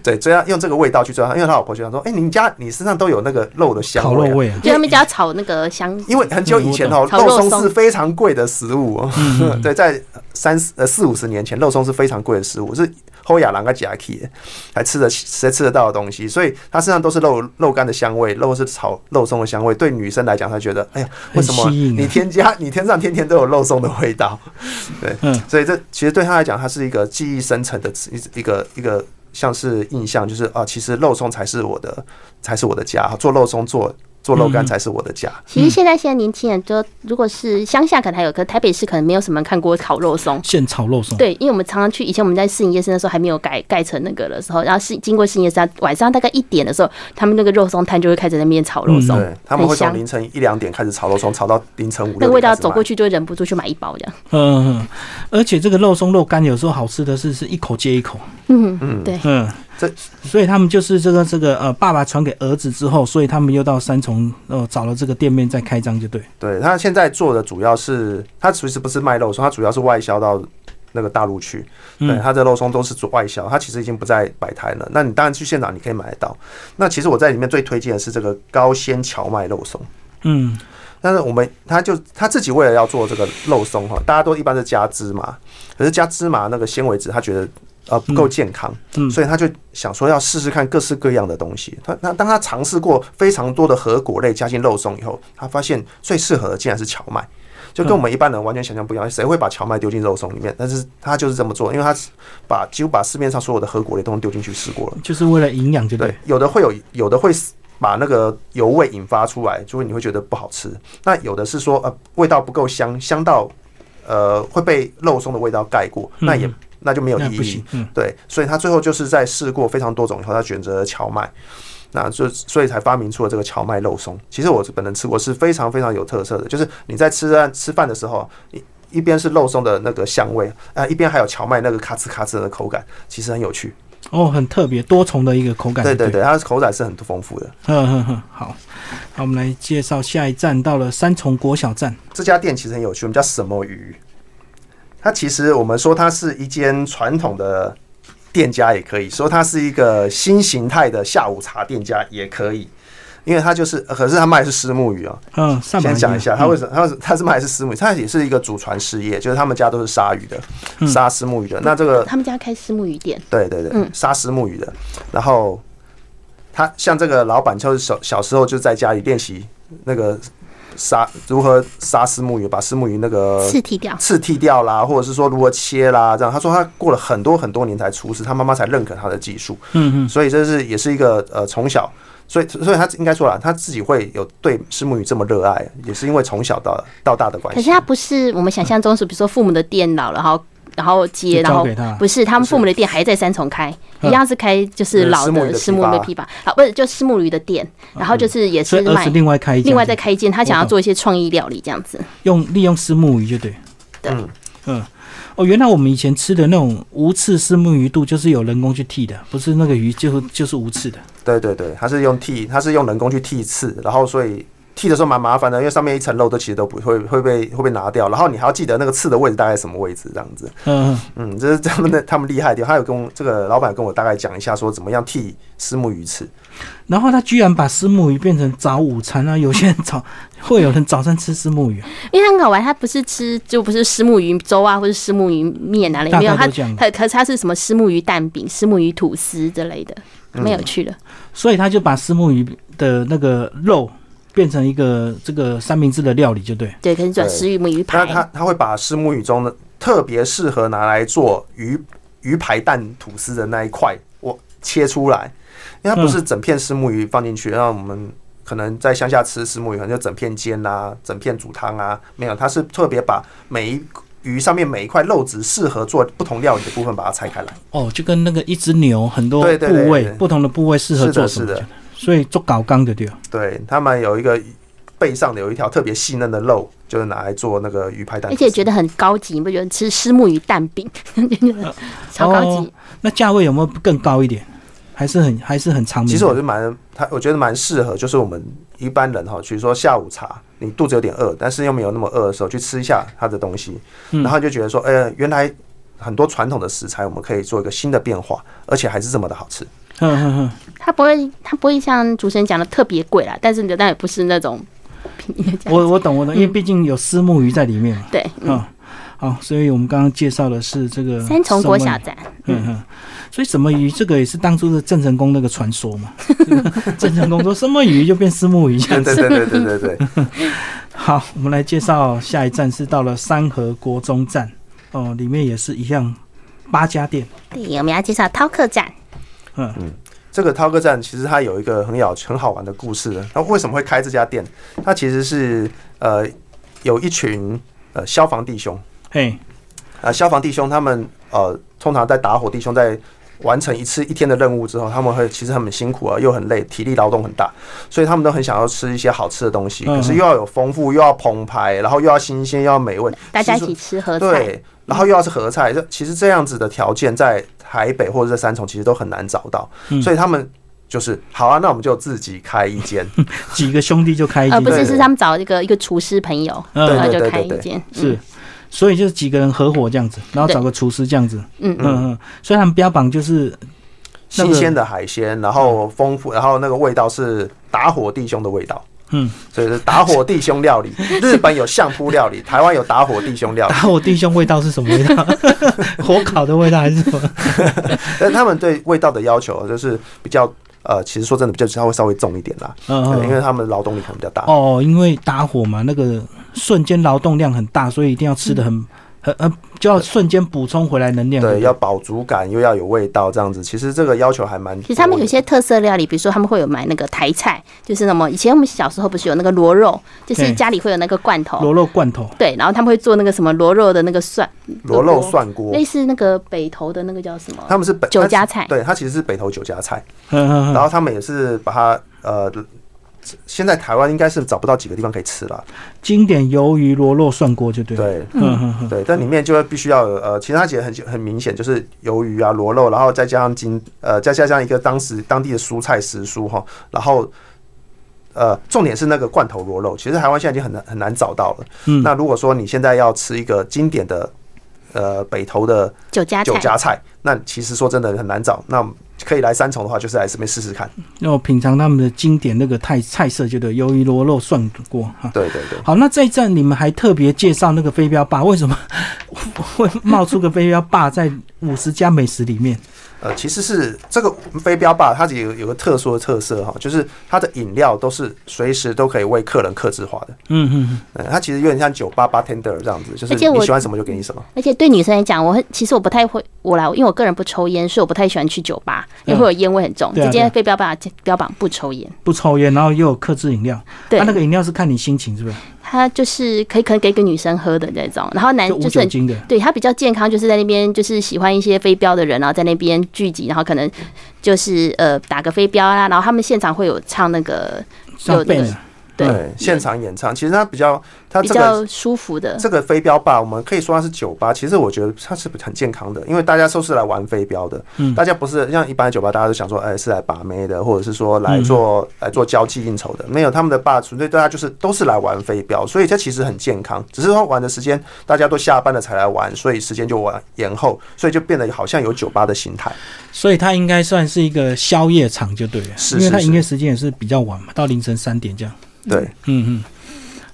B: 对，这样用这个味道去抓他，因为他老婆就想说，哎、你家你身上都有那个肉的香
A: 烤
B: 味、
A: 肉
B: 啊。
A: 味啊，
C: 就他们家炒那个呃香，
B: 因为很久以前哦，
C: 嗯我懂
B: 肉
C: 炒肉
B: 松
C: 松
B: 是非常贵的食物哦。
A: 嗯
B: 对，在三十呃四五十年前，肉松是非常贵的食物，是后亚郎跟假期还吃得才吃得到的东西，所以他身上都是肉肉干的香味，肉是炒肉松的香味。对女生来讲，她觉得哎呀，为什么
A: 很吸引啊
B: 你添加你天上天天都有肉松的味道？对，
A: 嗯
B: 所以这其实对她来讲，它是一个记忆深层的一一个一个像是印象，就是啊，其实肉松才是我的，才是我的家，做肉松做做肉
A: 嗯
B: 干才是我的家。
C: 其实现在现在年轻人就如果是乡下可能还有，可台北市可能没有什么人看过烤肉松。
A: 现炒肉松，
C: 对，因为我们常常去，以前我们在市营夜市的时候还没有改盖成那个的时候，然后是经过市营夜市，晚上大概一点的时候，他们那个肉松摊就会开始在那边炒肉松，
B: 嗯对，他们会
C: 很
B: 从
C: 香
B: 凌晨一两点开始炒肉松，炒到凌晨五
C: 那
B: 六
C: 个味
B: 点开
C: 道
B: 始卖。
C: 走过去就会忍不住去买一包这样。
A: 嗯，嗯而且这个肉松肉干有时候好吃的是是一口接一口，
C: 嗯嗯，对，
A: 嗯，
B: 这
A: 所以他们就是这个这个呃，爸爸传给儿子之后，所以他们又到三重呃找了这个店面再开张就对，
B: 对他现在做的主要是，他其实不是卖肉松，他主要是外销到那个大陆去。对，
A: 嗯
B: 他的肉松都是做外销，他其实已经不在摆摊了。那你当然去现场你可以买得到。那其实我在里面最推荐的是这个高纤荞麦肉松。
A: 嗯
B: 但是我们他就他自己为了要做这个肉松哈，大家都一般是加芝麻，可是加芝麻那个纤维质，他觉得呃不够健康，
A: 嗯
B: 所以他就想说要试试看各式各样的东西。他那当他尝试过非常多的核果类加进肉松以后，他发现最适合的竟然是荞麦。就跟我们一般人完全想象不一样，谁会把荞麦丢进肉松里面？但是他就是这么做，因为他把几乎把市面上所有的核果类都丢进去试过了。
A: 就是为了营养就对
B: 对，，有的会有，有的会把那个油味引发出来，就会你会觉得不好吃。那有的是说，呃，味道不够香，香到呃会被肉松的味道盖过，那也
A: 嗯
B: 那就没有
A: 那
B: 意
A: 不
B: 义
A: 行。，嗯
B: 对，所以他最后就是在试过非常多种以后，他选择了荞麦，那就所以才发明出了这个荞麦肉松。其实我本人吃过是非常非常有特色的，就是你在吃饭吃饭的时候，一一边是肉松的那个香味，啊、一边还有荞麦那个咔哧咔哧的口感，其实很有趣。
A: 哦，很特别多重的一个口感，
B: 对
A: 对
B: 对，对，它的口感是很丰富的。
A: 嗯嗯嗯，好，好，我们来介绍下一站到了三重国小站，
B: 这家店其实很有趣，我们叫什么鱼？它其实我们说它是一间传统的店家也可以，说它是一个新形态的下午茶店家也可以，因为它就是，呃可是它卖的是虱目鱼啊、
A: 嗯，上
B: 先
A: 板
B: 讲一下，他为
A: 什
B: 什么？他他是卖的是虱目鱼，他也是一个祖传事业，就是他们家都是杀鱼的，
A: 嗯
B: 杀虱目鱼的。那这个
C: 他们家开私木鱼店，
B: 对对对
C: 嗯，
B: 杀虱目鱼的。然后他像这个老板，就是小小时候就在家里练习那个杀如何杀虱目鱼，把虱目鱼那
A: 呃
B: 个
C: 刺剃掉，
B: 刺剃掉啦，或者是说如何切啦，这样。他说他过了很多很多年才出师，他妈妈才认可他的技术，
A: 嗯嗯
B: 所以这是也是一个呃从小。所以，所以他应该说了，他自己会有对虱目鱼这么热爱，也是因为从小到到大的关
C: 可
B: 系。
C: 是它不是我们想象中是，比如说父母的店老，然后然后接，
A: 就
C: 然
A: 交
C: 后
A: 给他
C: 不是他们父母的店还在三重开，
A: 嗯
C: 一样是开就是
A: 呃
B: 嗯
C: 老
B: 虱目鱼
C: 的
B: 的
C: 虱目鱼
B: 批
C: 的
B: 发
C: 批发，啊，不是就虱目鱼的店，然后就是也
A: 嗯所
C: 是
A: 以儿
C: 卖
A: 子另外开一家，哦
C: 另外再开一间，他
A: 我
C: 想要
A: 懂
C: 做一些创意料理这样子。
A: 用利用丝木鱼就对。
C: 对
A: 嗯嗯，哦，原来我们以前吃的那种无刺丝木鱼肚，就是有人工去剃的，不是那个鱼就就是无刺的。
B: 对对对，他是用剃，他是用人工去剃刺，然后所以剃的时候蛮麻烦的，因为上面一层肉都其实都不会会被会被拿掉，然后你还要记得那个刺的位置大概什么位置这样子。
A: 嗯，嗯
B: 嗯，这是他们的他们厉害的地方。他有跟我这个老板跟我大概讲一下，说怎么样剃虱目鱼刺。
A: 然后他居然把丝木鱼变成早午餐啊！有些人早 会有人早上吃丝木鱼，啊
C: 因为它很好玩，它不是吃就不是虱目鱼粥啊，或者虱目鱼面啊，
A: 大
C: 没有
A: 概
C: 它
A: 都这样
C: 它可是它是什么虱目鱼蛋饼、虱目鱼吐司之类的，
A: 嗯
C: 蛮有趣的。
A: 所以他就把丝木鱼的那个肉变成一个这个三明治的料理，就对。
C: 对，可是转
B: 对
C: 石鱼母鱼
B: 那
C: 排，
B: 他他会把虱目鱼中的特别适合拿来做鱼鱼排蛋吐司的那一块，我切出来，因为它不是整片虱目鱼放进去，让我们可能在乡下吃虱目鱼，可能就整片煎啊，整片煮汤啊，没有，它是特别把每一鱼上面每一块肉质适合做不同料理的部分，把它拆开来。
A: 哦，就跟那个一只牛很多部位
B: 对对对对
A: 不同的部位适合
B: 是
A: 做
B: 的，
A: 什
B: 是
A: 么，
B: 的，
A: 所以做搞缸的对了。
B: 对他们有一个背上的有一条特别细嫩的肉，就是拿来做那个鱼排蛋
C: 而
B: 吐司，
C: 且觉得很高级，你不觉得吃虱目鱼蛋饼 超高级
A: 哦？那价位有没有更高一点？还是很还是很长明的？
B: 其实我是蛮，他我觉得蛮适合，就是我们一般人哈，比如说下午茶，你肚子有点饿，但是又没有那么饿的时候，去吃一下他的东西，
A: 嗯
B: 然后你就觉得说，哎、原来很多传统的食材，我们可以做一个新的变化，而且还是这么的好 吃。
A: 哼哼哼，
C: 它不会，它不会像主持人讲的特别贵啦，但是但也不是那种平，
A: 我我懂
C: 嗯
A: 我懂，因为毕竟有丝木鱼在里面嘛。
C: 对，嗯，
A: 嗯，好，所以我们刚刚介绍的是这个
C: 三重国小
A: 什么鱼。
C: 站，
A: 嗯哼，所以什么鱼这个也是当初的郑成功那个传说嘛。 这个郑成功说什么鱼就变丝木鱼这样子。
B: 对对对对对对对，嗯
A: 好，我们来介绍下一站是到了三河国中站哦，里面也是一样八家店。
C: 对，我们要介绍饕客站，
A: 嗯，
B: 这个涛哥站其实它有一个很有很好玩的故事。那为什么会开这家店？它其实是呃有一群呃消防弟兄
A: 嘿，
B: 啊、呃消防弟兄他们呃通常在打火弟兄在。完成一次一天的任务之后，他们会其实他们辛苦啊，又很累，体力劳动很大，所以他们都很想要吃一些好吃的东西，
A: 嗯
B: 可是又要有丰富，又要澎湃，然后又要新鲜，又要美味，
C: 大家
B: 其
C: 一
B: 实
C: 起吃合菜，
B: 对，然后又要是合菜，这其实这样子的条件在台北或者在三重其实都很难找到，
A: 嗯
B: 所以他们就是好啊，那我们就自己开一 间，
A: 几个兄弟就开一间
C: 而哦不
A: 店，
C: 是
B: 对
C: 是他们找一个一个厨师朋友，
A: 嗯
C: 然后就
B: 对对
C: 开一
B: 对
C: 间，嗯
A: 是，所以就是几个人合伙这样子，然后找个厨师这样子。
C: 嗯
A: 嗯嗯，所以他们标榜就是那个嗯
B: 新鲜的海鲜，然后丰富，然后那个味道是打火弟兄的味道。
A: 嗯，
B: 所以是打火弟兄料 理，日本有相扑料理，台湾有打火弟兄料理
A: 打，我弟兄味道是什么味道？ 火烤的味道还是什么？
B: 但他们对味道的要求就是比较呃，其实说真的，比较稍微稍微重一点啦，
A: 嗯
B: 对，因
A: 嗯。
B: 为他们劳动力可能比较大。
A: 哦，因为打火嘛，那个瞬间劳动量很大，所以一定要吃的很很很，就要瞬间补充回来能量。
B: 对，
A: 不
B: 要饱足感又要有味道，这样子，其实这个要求还蛮。
C: 其实他们有些特色料理，比如说他们会有买那个台菜，就是那么以前我们小时候不是有那个螺肉，就是
A: 对
C: 家里会有那个罐头，
A: 螺肉罐头。
C: 对，然后他们会做那个什么螺肉的那个蒜，
B: 螺肉涮锅
C: 类，似那个北投的那个叫什么？
B: 他们是北
C: 酒家菜
B: 它对，它其实是北投酒家菜，
A: 嗯嗯
B: 然
A: 嗯。
B: 后他们也是把它呃，现在台湾应该是找不到几个地方可以吃了，
A: 经典鱿鱼螺肉涮锅就对了。
B: 对。
A: 嗯嗯嗯。
B: 对，但里面就会必须要有呃，其实它其实很很明显，就是鱿鱼啊、螺肉，然后再加上金呃，再加上一个当时当地的蔬菜时蔬哈，然后呃，重点是那个罐头螺肉，其实台湾现在已经很难很难找到了。
A: 嗯
B: 那如果说你现在要吃一个经典的呃北投的
C: 酒家
B: 酒
C: 菜，
B: 家菜，那其实说真的很难找。那可以来三重的话，就是来这边试试看。
A: 那我品尝他们的经典那个菜菜色，就对，鱿鱼螺肉涮锅哈。
B: 对对对。
A: 好，那这一站你们还特别介绍那个飞镖霸，为什么 会冒出个飞镖霸在五十家美食里面？
B: 呃，其实是这个飞镖吧，它有有个特殊的特色哈，就是它的饮料都是随时都可以为客人客制化的。
A: 嗯嗯
B: 嗯，它其实有点像酒吧 bartender 这样子，就是
C: 而且我
B: 你喜欢什么就给你什么。
C: 而且对女生来讲，我很其实我不太会，我来，因为我个人不抽烟，所以我不太喜欢去酒吧，因为
A: 嗯
C: 会有烟味很重。
A: 对啊
C: 直
A: 对啊
C: 接被标榜标榜不抽烟，
A: 不抽烟，然后又有克制饮料。
C: 对
A: 啊、那个饮料是看你心情是不是？
C: 它就是可以可能给给女生喝的那种，然后男
A: 就无
C: 就是
A: 酒
C: 很
A: 精的。
C: 对他比较健康，就是在那边就是喜欢一些飞镖的人，然后在那边聚集，然后可能就是呃打个飞镖啊，然后他们现场会有唱那个
A: 像
C: 有那个
A: band
C: 对
B: 现场演唱，其实它比较，它
C: 比
B: 这个
C: 较舒服的，
B: 这个飞镖吧，我们可以说它是酒吧，其实我觉得它是很健康的，因为大家都是来玩飞镖的，
A: 嗯
B: 大家不是像一般的酒吧，大家都想说，哎、是来把妹的，或者是说来做、来做交际应酬的，没有他们的吧，纯粹大家就是都是来玩飞镖，所以这其实很健康，只是说玩的时间大家都下班了才来玩，所以时间就往延后，所以就变得好像有酒吧的形态，
A: 所以它应该算是一个宵夜场就对了，
B: 是
A: 因为它
B: 是是
A: 营业时间也是比较晚嘛，到凌晨三点这样。
B: 对。
A: 嗯嗯。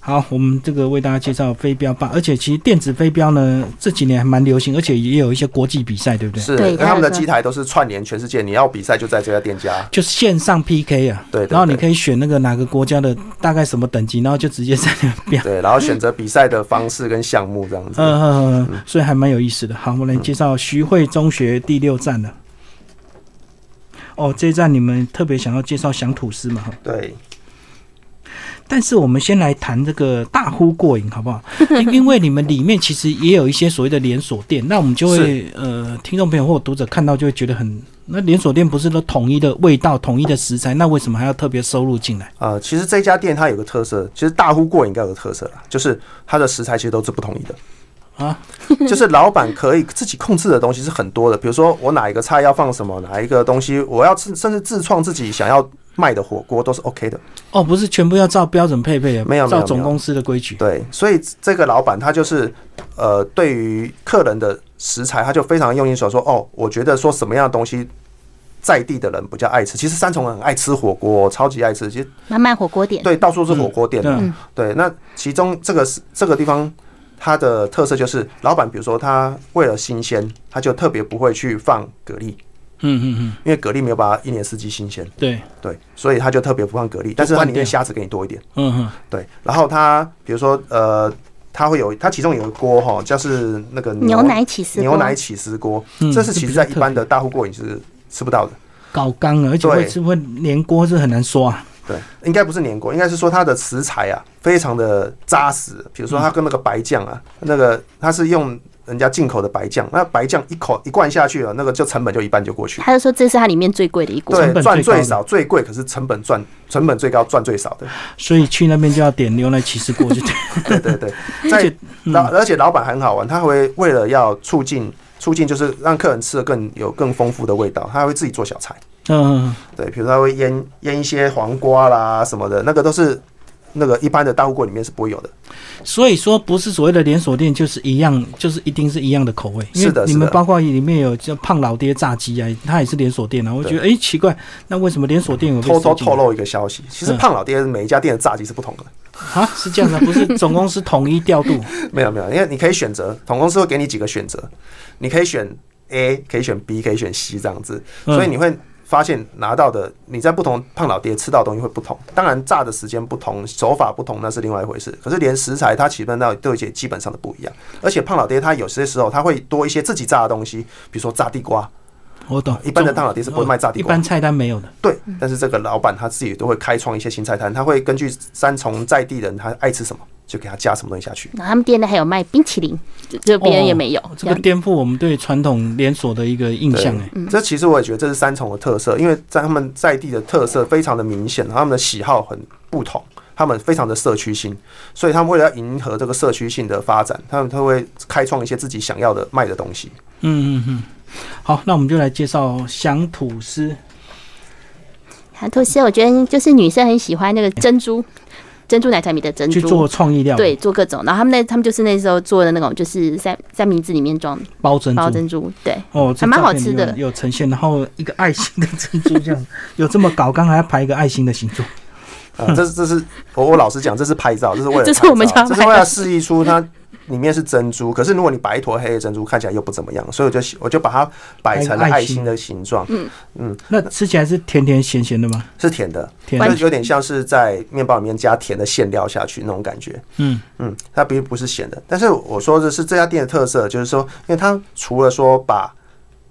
A: 好，我们这个为大家介绍飞镖吧，而且其实电子飞镖呢这几年还蛮流行，而且也有一些国际比赛，对不对？
B: 是，
C: 对
B: 因为
C: 它
B: 他们的
C: 有
B: 机台都是串联全世界，你要比赛就在这家店家。
A: 就是线上 PK 啊，
B: 对对
A: 然后你可以选那个哪个国家的大概什么等级，然后就直接在那边标。
B: 对，然后选择比赛的方式跟项目这样子。
A: 嗯嗯嗯，所以还蛮有意思的。好，我们来介绍徐汇中学第六站了。哦，这一站你们特别想要介绍响吐司嘛？哈
B: 对，
A: 但是我们先来谈这个大呼过瘾，好不好？因因为你们里面其实也有一些所谓的连锁店，那我们就会呃，听众朋友或读者看到就会觉得很，那连锁店不是都统一的味道、统一的食材，那为什么还要特别收入进来？
B: 呃，其实这家店它有个特色，其实大呼过瘾应该有个特色啦，就是它的食材其实都是不统一 的，
A: 啊，
B: 就是老板可以自己控制的东西是很多的，比如说我哪一个菜要放什么，哪一个东西我要自甚至自创自己想要卖的火锅都是 OK 的。
A: 哦，不是全部要照标准配备，啊
B: 没有没
A: 照
B: 有
A: 总公司的规矩。
B: 对，所以这个老板他就是呃，对于客人的食材，他就非常用心说说哦，我觉得说什么样的东西在地的人比较爱吃。其实三重人很爱吃火锅，超级爱吃。其实
C: 慢慢火锅店，
B: 对，到处是火锅店的。
A: 嗯
B: 对，那其中这个是这个地方，它的特色就是老板，比如说他为了新鲜，他就特别不会去放蛤蜊，
A: 嗯嗯嗯，
B: 因为蛤蜊没有办法一年四季新鲜，
A: 对，
B: 对，所以他就特别不放蛤蜊，但是它里面
A: 掉
B: 虾子给你多一点。
A: 嗯
B: 对，然后它比如说呃，它会有它其中有一锅哈，就是那个
C: 牛奶起司锅
B: 牛奶起司锅，
A: 嗯
B: 这是其实在一般
A: 这比较特别
B: 的大户锅你是吃不到的。
A: 搞缸啊了，而且会
B: 对
A: 是会连锅是很难刷，
B: 对，应该不是粘锅，应该是说它的食材啊非常的扎实。比如说它跟那个白酱啊，那个它是用人家进口的白酱，那白酱一口一灌下去了，那个就成本就一半就过去。
C: 他就说这是他里面最贵的一锅。
A: 成
B: 对，
A: 本最
B: 赚
A: 高
B: 最
A: 的
B: 少最贵，可是成本赚成本最高赚最少的。
A: 所以去那边就要点牛奶起司锅就 对。
B: 对对对，在老而且老板很好玩，他会为了要促进促进就是让客人吃的更有更丰富的味道，他还会自己做小菜。
A: 嗯，
B: 对，比如他会腌腌一些黄瓜啦什么的，那个都是那个一般的大户锅里面是不会有的。
A: 所以说不是所谓的连锁店，就是一样，就是一定是一样的口味。因
B: 是
A: 为
B: 的
A: 你
B: 是
A: 们
B: 的
A: 包括里面有叫胖老爹炸鸡啊，它也是连锁店啊。我觉得哎、诶奇怪，那为什么连锁店有被
B: 偷偷
A: 收进来
B: 透露一个消息，其实
A: 嗯
B: 胖老爹每一家店的炸鸡是不同的，
A: 啊？是这样的，不 是总公司统一调度？
B: 没有没有，因为你可以选择，总公司会给你几个选择，你可以选 A，可以选 B，可以选 C 这样子，
A: 嗯
B: 所以你会发现拿到的你在不同胖老爹吃到的东西会不同，当然炸的时间不同，手法不同那是另外一回事，可是连食材它起本到都有一些基本上的不一样，而且胖老爹它有些时候它会多一些自己炸的东西，比如说炸地瓜，
A: 我懂，
B: 一般的胖老爹是不会卖炸地
A: 一
B: 瓜
A: 般，菜单没有的。
B: 嗯对，但是这个老板他自己都会开创一些新菜单，他会根据三重在地人他爱吃什么，就给他加什么东西下去。
C: 然后他们店内还有卖冰淇淋，就就别人也没有。
A: 哦这
C: 这
A: 个
C: 样
A: 颠覆我们对传统连锁的一个印象哎、
B: 这其实我也觉得这是三重的特色，因为在他们在地的特色非常的明显，他们的喜好很不同，他们非常的社区性，所以他们为了要迎合这个社区性的发展，他们他会开创一些自己想要的卖的东西。
A: 嗯嗯嗯。好，那我们就来介绍响吐司。
C: 韩吐司，我觉得就是女生很喜欢那个珍珠，珍珠奶茶里的珍
A: 去
C: 珠
A: 做。创意料理，
C: 对，做各种，然后他们那他们就是那时候做的那种，就是三三明治里面装
A: 包珍珠，
C: 包珍珠，对，
A: 哦，这
C: 还蛮
A: 照
C: 好
A: 片
C: 吃
A: 里
C: 的
A: 有有呈现，然后一个爱心的珍珠这 样，有这么搞，刚才还排一个爱心的形状，
B: 啊、这是这是我我老实讲，这是拍照，这是为了
C: 这是
B: 拍照
C: 我们家
B: 这是为了示意出它里面是珍珠。可是如果你摆一坨黑的珍珠，看起来又不怎么样，所以我就喜我就把它摆成了
A: 爱
B: 爱
A: 心
B: 心的形状，
A: 那吃起来是甜甜咸咸的吗？
B: 是甜的，
A: 甜
B: 就
A: 的，
B: 是有点像是在面包里面加甜的馅料下去那种感觉。
A: 嗯
B: 嗯，它并不是咸的，但是我说的是这家店的特色，就是说，因为它除了说把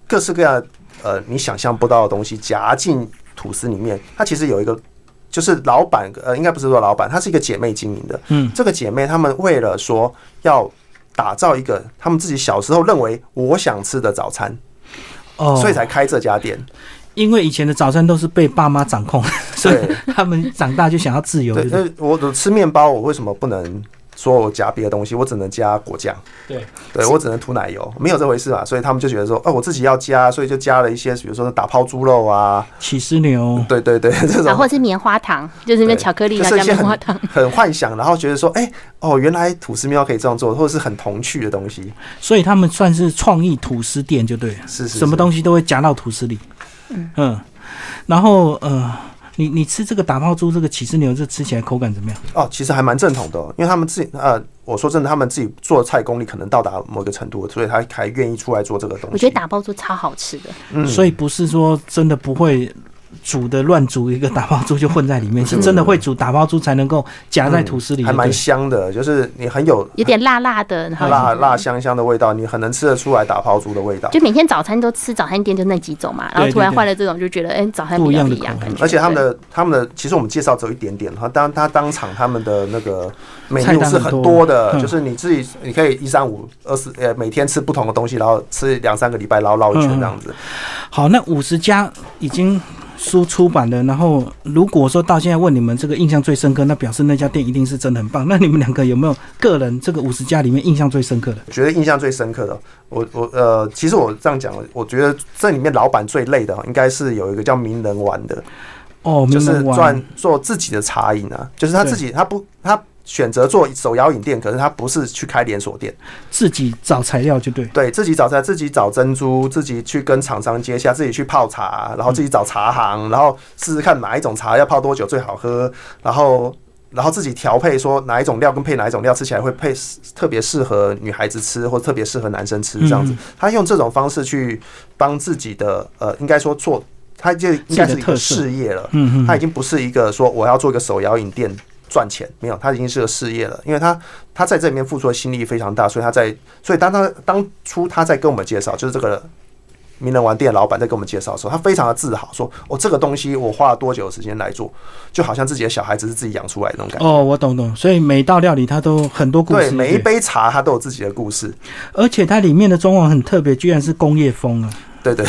B: 各式各样的呃你想象不到的东西夹进吐司里面，它其实有一个就是老板呃应该不是说老板，它是一个姐妹经营的。
A: 嗯，
B: 这个姐妹她们为了说要打造一个她们自己小时候认为我想吃的早餐，
A: 哦，
B: 所以才开这家店。
A: 因为以前的早餐都是被爸妈掌 控，所以他们长大就想要自由，
B: 对，
A: 对不对？
B: 那我我吃面包，我为什么不能说我加别的东西？我只能加果酱，
A: 对，
B: 对我只能涂奶油，没有这回事嘛。所以他们就觉得说，哦，我自己要加，所以就加了一些，比如说打泡猪肉啊，
A: 起司牛，
B: 对对对， 这
C: 然
B: 种。
C: 后啊是棉花糖，就是那
B: 对
C: 巧克力
B: 就
C: 啊
B: 是一
C: 加
B: 些
C: 棉花
B: 很
C: 糖，
B: 很幻想，然后觉得说，哎、哦，原来吐司面包可以这样做，或者是很童趣的东西，
A: 所以他们算是创意吐司店，就对了，
B: 是是
A: 什么
B: 是
A: 东西都会夹到吐司里，嗯，然后呃，你你吃这个打泡猪这个起司牛，这吃起来口感怎么样？
B: 哦，其实还蛮正统的哦、因为他们自己呃，我说真的，他们自己做菜功力可能到达某个程度，所以他才愿意出来做这个东西。嗯
C: 我觉得打包猪超好吃的，
A: 所以不是说真的不会煮的乱煮一个打包猪就混在里面，是真的会煮打包猪才能够夹在吐司里，
B: 嗯还蛮
A: 对
B: 香的，就是你很有
C: 有点辣辣的，然后
B: 辣辣香香的味道，你很能吃得出来打泡猪的味道。
C: 就每天早餐都吃早餐店就那几种嘛，然后
A: 对
C: 突然
A: 对对
C: 换了这种，就觉得哎、早餐
A: 不
C: 比
A: 一
C: 较
A: 样的
C: 不一样
A: 口味
C: 感觉。
B: 而且他们
C: 对
B: 的他们的，其实我们介绍只有一点点，他当他当场他们的那个美
A: 菜单很
B: 妞是很
A: 多
B: 多的，
A: 嗯
B: 就是你自己你可以一三五二四呃每天吃不同的东西，然后吃两三个礼拜，然后绕一
A: 嗯
B: 圈这样子。
A: 好，那五十家已经书出版了，然后如果说到现在问你们这个印象最深刻，那表示那家店一定是真的很棒。那你们两个有没有个人这个五十家里面印象最深刻的？
B: 觉得印象最深刻的，我我呃，其实我这样讲，我觉得这里面老板最累的应该是有一个叫名人丸的，
A: 哦，
B: 就
A: 名
B: 是
A: 人
B: 赚
A: 丸，
B: 做自己的茶饮啊，就是他自己，他不，他选择做手摇饮店，可是他不是去开连锁店，
A: 自己找材料就对。
B: 对自己找材，自己找珍珠，自己去跟厂商接洽，自己去泡茶，然后自己找茶行，然后试试看哪一种茶要泡多久最好喝，然后然后自己调配，说哪一种料跟配哪一种料吃起来会配特别适合女孩子吃，或特别适合男生吃这样子。他用这种方式去帮自己的呃，应该说做，他就应该是一个事业了。
A: 嗯
B: 他已经不是一个说我要做一个手摇饮店赚钱，没有，他已经是个事业了，因为他他在这里面付出的心力非常大，所以他在，所以当他当初他在跟我们介绍，就是这个名人玩店老板在跟我们介绍的时候，他非常的自豪，说哦，这个东西我花了多久的时间来做，就好像自己的小孩子是自己养出来的那种感觉。
A: 哦，我懂懂，所以每道料理它都很多故事，
B: 对，每一杯茶它都有自己的故事。
A: 而且它里面的装潢很特别，居然是工业风啊！
B: 对对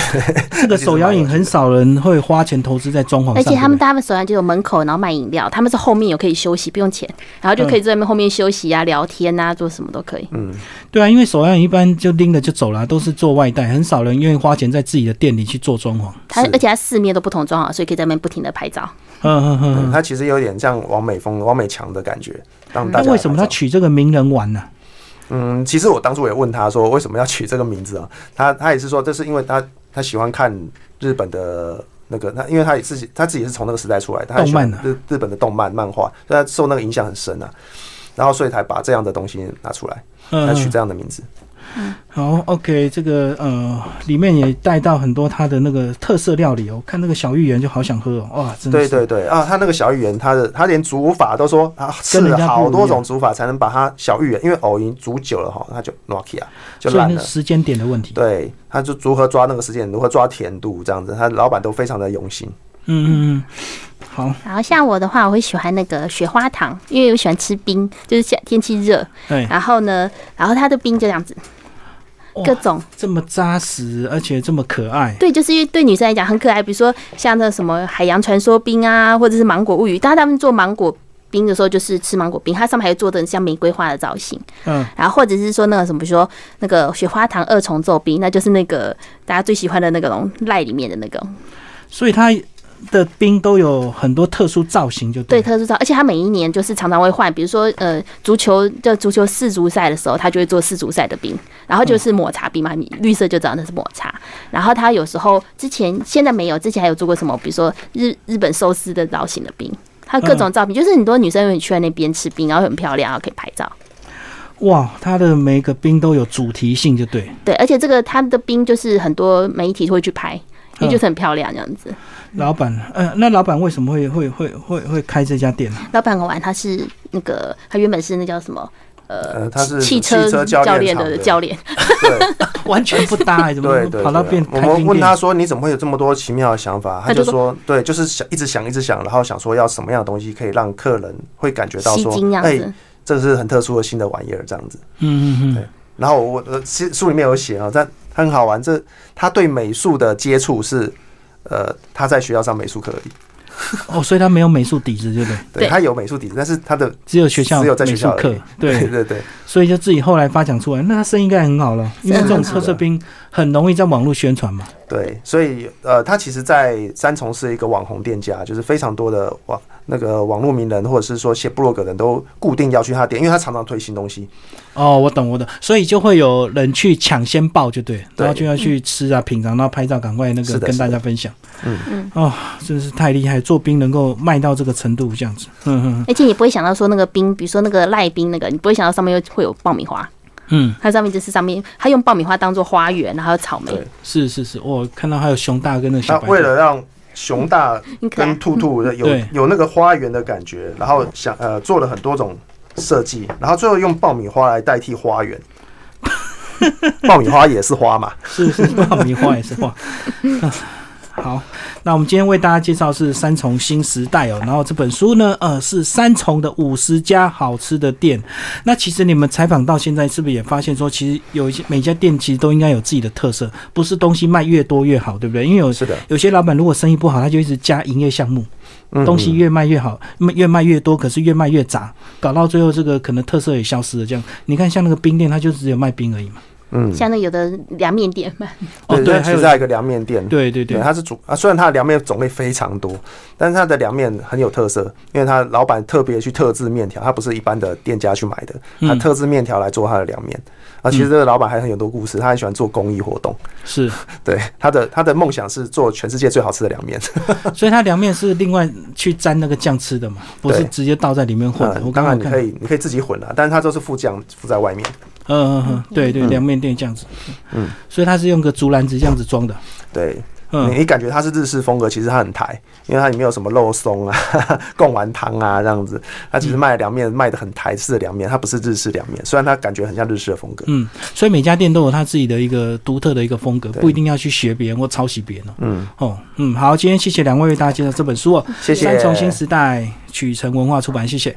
A: 这个手摇饮很少人会花钱投资在装潢哦上，
C: 而且他们
A: 对
C: 他们手上就有门口，然后卖饮料，他们是后面有可以休息，不用钱，然后就可以在那边后面休息啊、聊天啊、做什么都可以。
A: 不对对啊，因为手摇饮一般就拎了就走了，都是做外带，很少人愿意花钱在自己的店里去做装潢。
C: 它
B: 是
C: 而且它四面都不同装潢，所以可以在那边不停的拍照。
A: 嗯嗯嗯
B: 嗯，
A: 嗯。
B: 它其实有点像王美风、王美强的感觉。让大
A: 那
B: 家
A: 为什么
B: 来
A: 他
B: 找
A: 取这个名人玩呢、
B: 嗯，其实我当初也问他说为什么要取这个名字啊？ 他他也是说，这是因为他他喜欢看日本的那个，他因为他也自己他自己也是从那个时代出来，他也喜欢
A: 动漫啊
B: 日日本的动漫漫画，所以他受那个影响很深啊。然后所以才把这样的东西拿出来，
A: 嗯，
B: 才取
A: 嗯
B: 这样的名字。
A: 好，OK，这个呃，里面也带到很多他的那个特色料理哦，看那个小芋圆就好想喝哦，哇，真的
B: 对
A: 是
B: 对对啊，他那个小芋圆，他的他连煮法都说啊，试
A: 人
B: 了
A: 家
B: 好
A: 不一
B: 多
A: 样
B: 种煮法才能把它小芋圆，因为藕已经煮久了哈，它就 nokia
A: 所
B: 就
A: 以
B: 烂
A: 那
B: 了
A: 是。时间点的问题。
B: 对，他就如何抓那个时间，如何抓甜度这样子，他老板都非常的用心。
A: 嗯嗯嗯，好，
C: 然后像我的话，我会喜欢那个雪花糖，因为我喜欢吃冰，就是夏天气热。
A: 哎，
C: 然后呢，然后它的冰就这样子，
A: 哇
C: 各种
A: 这么扎实，而且这么可爱，
C: 对，就是因为对女生来讲很可爱，比如说像那什么海洋传说冰啊，或者是芒果物语，当他们做芒果冰的时候，就是吃芒果冰，它上面还有做的像玫瑰花的造型，
A: 嗯，
C: 然后或者是说那个什么，比如说那个雪花糖二重奏冰，那就是那个大家最喜欢的那个种赖里面的那个
A: 所以它的冰都有很多特殊造型，就
C: 对
A: 对。
C: 特殊照，而且它每一年就是常常会换，比如说呃足球就足球世足赛的时候，它就会做世足赛的冰，然后就是抹茶冰嘛，你绿色就知道那是抹茶。然后它有时候之前现在没有，之前还有做过什么，比如说日日本寿司的造型的冰。它各种照片，就是很多女生会去那边吃冰，然后很漂亮，然后可以拍照。
A: 哇，它的每一个冰都有主题性，就对。
C: 对，而且这个它的冰就是很多媒体会去拍，因为就是很漂亮这样子。
A: 老板，呃，那老板为什么会会会会会开这家店呢、
C: 老板很玩，他是那个他原本是那叫什么
B: 呃，他是
C: 汽
B: 车
C: 车
B: 教
C: 教
B: 练
C: 练的
B: 教
C: 教练，
B: 对
A: 完全不搭、哎，怎么
B: 对对，
A: 跑到
B: 对
A: 变
B: 我
A: 开
B: 们
A: 冰
B: 问
A: 店嗯
B: 他？说你怎么会有这么多奇妙的想法？
C: 他
B: 他
C: 就
B: 就说对，就是想一直想一直想，然后想说要什么样的东西可以让客人会感觉到
C: 吸
B: 说
C: 睛这，样
B: 哎
C: 子。，
B: 这是很特殊的新的玩意儿这样子。
A: 嗯嗯嗯
B: 对，然后我呃，其实书里面有写啊，但他很好玩，这他对美术的接触是。呃，他在学校上美术课而已，
A: 哦，所以他没有美术底子，对不对？
C: 对
B: 对他有美术底子，但是他的
A: 只有学校
B: 只有在
A: 美
B: 学
A: 术
B: 校而
A: 课
B: 已，对
A: 对，
B: 对对，
A: 所以就自己后来发展出来。那他生意应该很好了，因为这种特色兵很容易在网络宣传嘛。
B: 对，所以呃，他其实，在三重是一个网红店家，就是非常多的网那个网络名人或者是说写部落格的人都固定要去他店，因为他常常推新东西。
A: 哦，我懂，我懂，所以就会有人去抢先报，就对，
B: 对
A: 然后就要去吃啊、品尝，然后拍照，赶快那
B: 是
A: 个
B: 的
A: 跟
B: 是
A: 大
B: 的
A: 家分享。
B: 嗯
C: 嗯，
A: 哦，真是太厉害，做冰能够卖到这个程度，这样子。嗯嗯
C: 而且哎你不会想到说那个冰，比如说那个赖冰那个，你不会想到上面又会有爆米花，
A: 嗯，
C: 它上面就是上面，它用爆米花当做花园，然后还有草莓，
B: 对
A: 是是是，我看到还有熊大跟那个
B: 那
A: 小白兔。
B: 为了让熊大
C: 很可爱
B: 跟。兔兔的有
A: 对
B: 有那个花园的感觉，然后想呃做了很多种设计，然后最后用爆米花来代替花园。 爆米花也是花嘛，
A: 是是爆米花也是花。好，那我们今天为大家介绍是三重新时代哦，然后这本书呢，呃，是三重的五十家好吃的店。那其实你们采访到现在，是不是也发现说，其实有一些每家店其实都应该有自己的特色，不是东西卖越多越好，对不对？因为有
B: 是的，
A: 有些老板如果生意不好，他就一直加营业项目，
B: 嗯
A: 东西
B: 嗯
A: 越卖越好，越卖越多，可是越卖越杂，搞到最后这个可能特色也消失了。这样，你看像那个冰店，它就只有卖冰而已嘛。
B: 嗯，
C: 像那有的凉面店嘛，
A: 哦对，还
B: 其实
A: 有
B: 还有一个凉面店，
A: 对对对，
B: 它是主啊，虽然它的凉面种类非常多，但是它的凉面很有特色，因为它老板特别去特制面条，它不是一般的店家去买的，他
A: 嗯
B: 特制面条来做他的凉面。啊，其实这个老板还很有很多故事，他很喜欢做公益活动。
A: 是，
B: 对，他的他的梦想是做全世界最好吃的凉面。
A: 所以它凉面是另外去沾那个酱吃的嘛，不是
B: 对
A: 直接倒在里面混的。
B: 嗯
A: 我刚
B: 当
A: 刚
B: 然你
A: 看
B: 可，以，你可以自己混了，但是它都是副酱附在外面。
A: 嗯嗯嗯，对对，凉面店这样子，
B: 嗯，
A: 所以它是用个竹篮子这样子装的，
B: 对，你
A: 嗯，
B: 你感觉它是日式风格，其实它很台，因为它里面有什么肉松啊、 贡丸汤啊这样子。它其实卖的凉面卖的很台式的凉面，它不是日式凉面，虽然它感觉很像日式的风格。
A: 嗯，所以每家店都有它自己的一个独特的一个风格，
B: 对
A: 不一定要去学别人或抄袭别人哦。
B: 嗯，
A: 哦，嗯，好，今天谢谢两位为大家介绍这本书哦，
B: 谢
A: 《
B: 谢。
A: 三重新时代》，曲城文化出版，谢谢。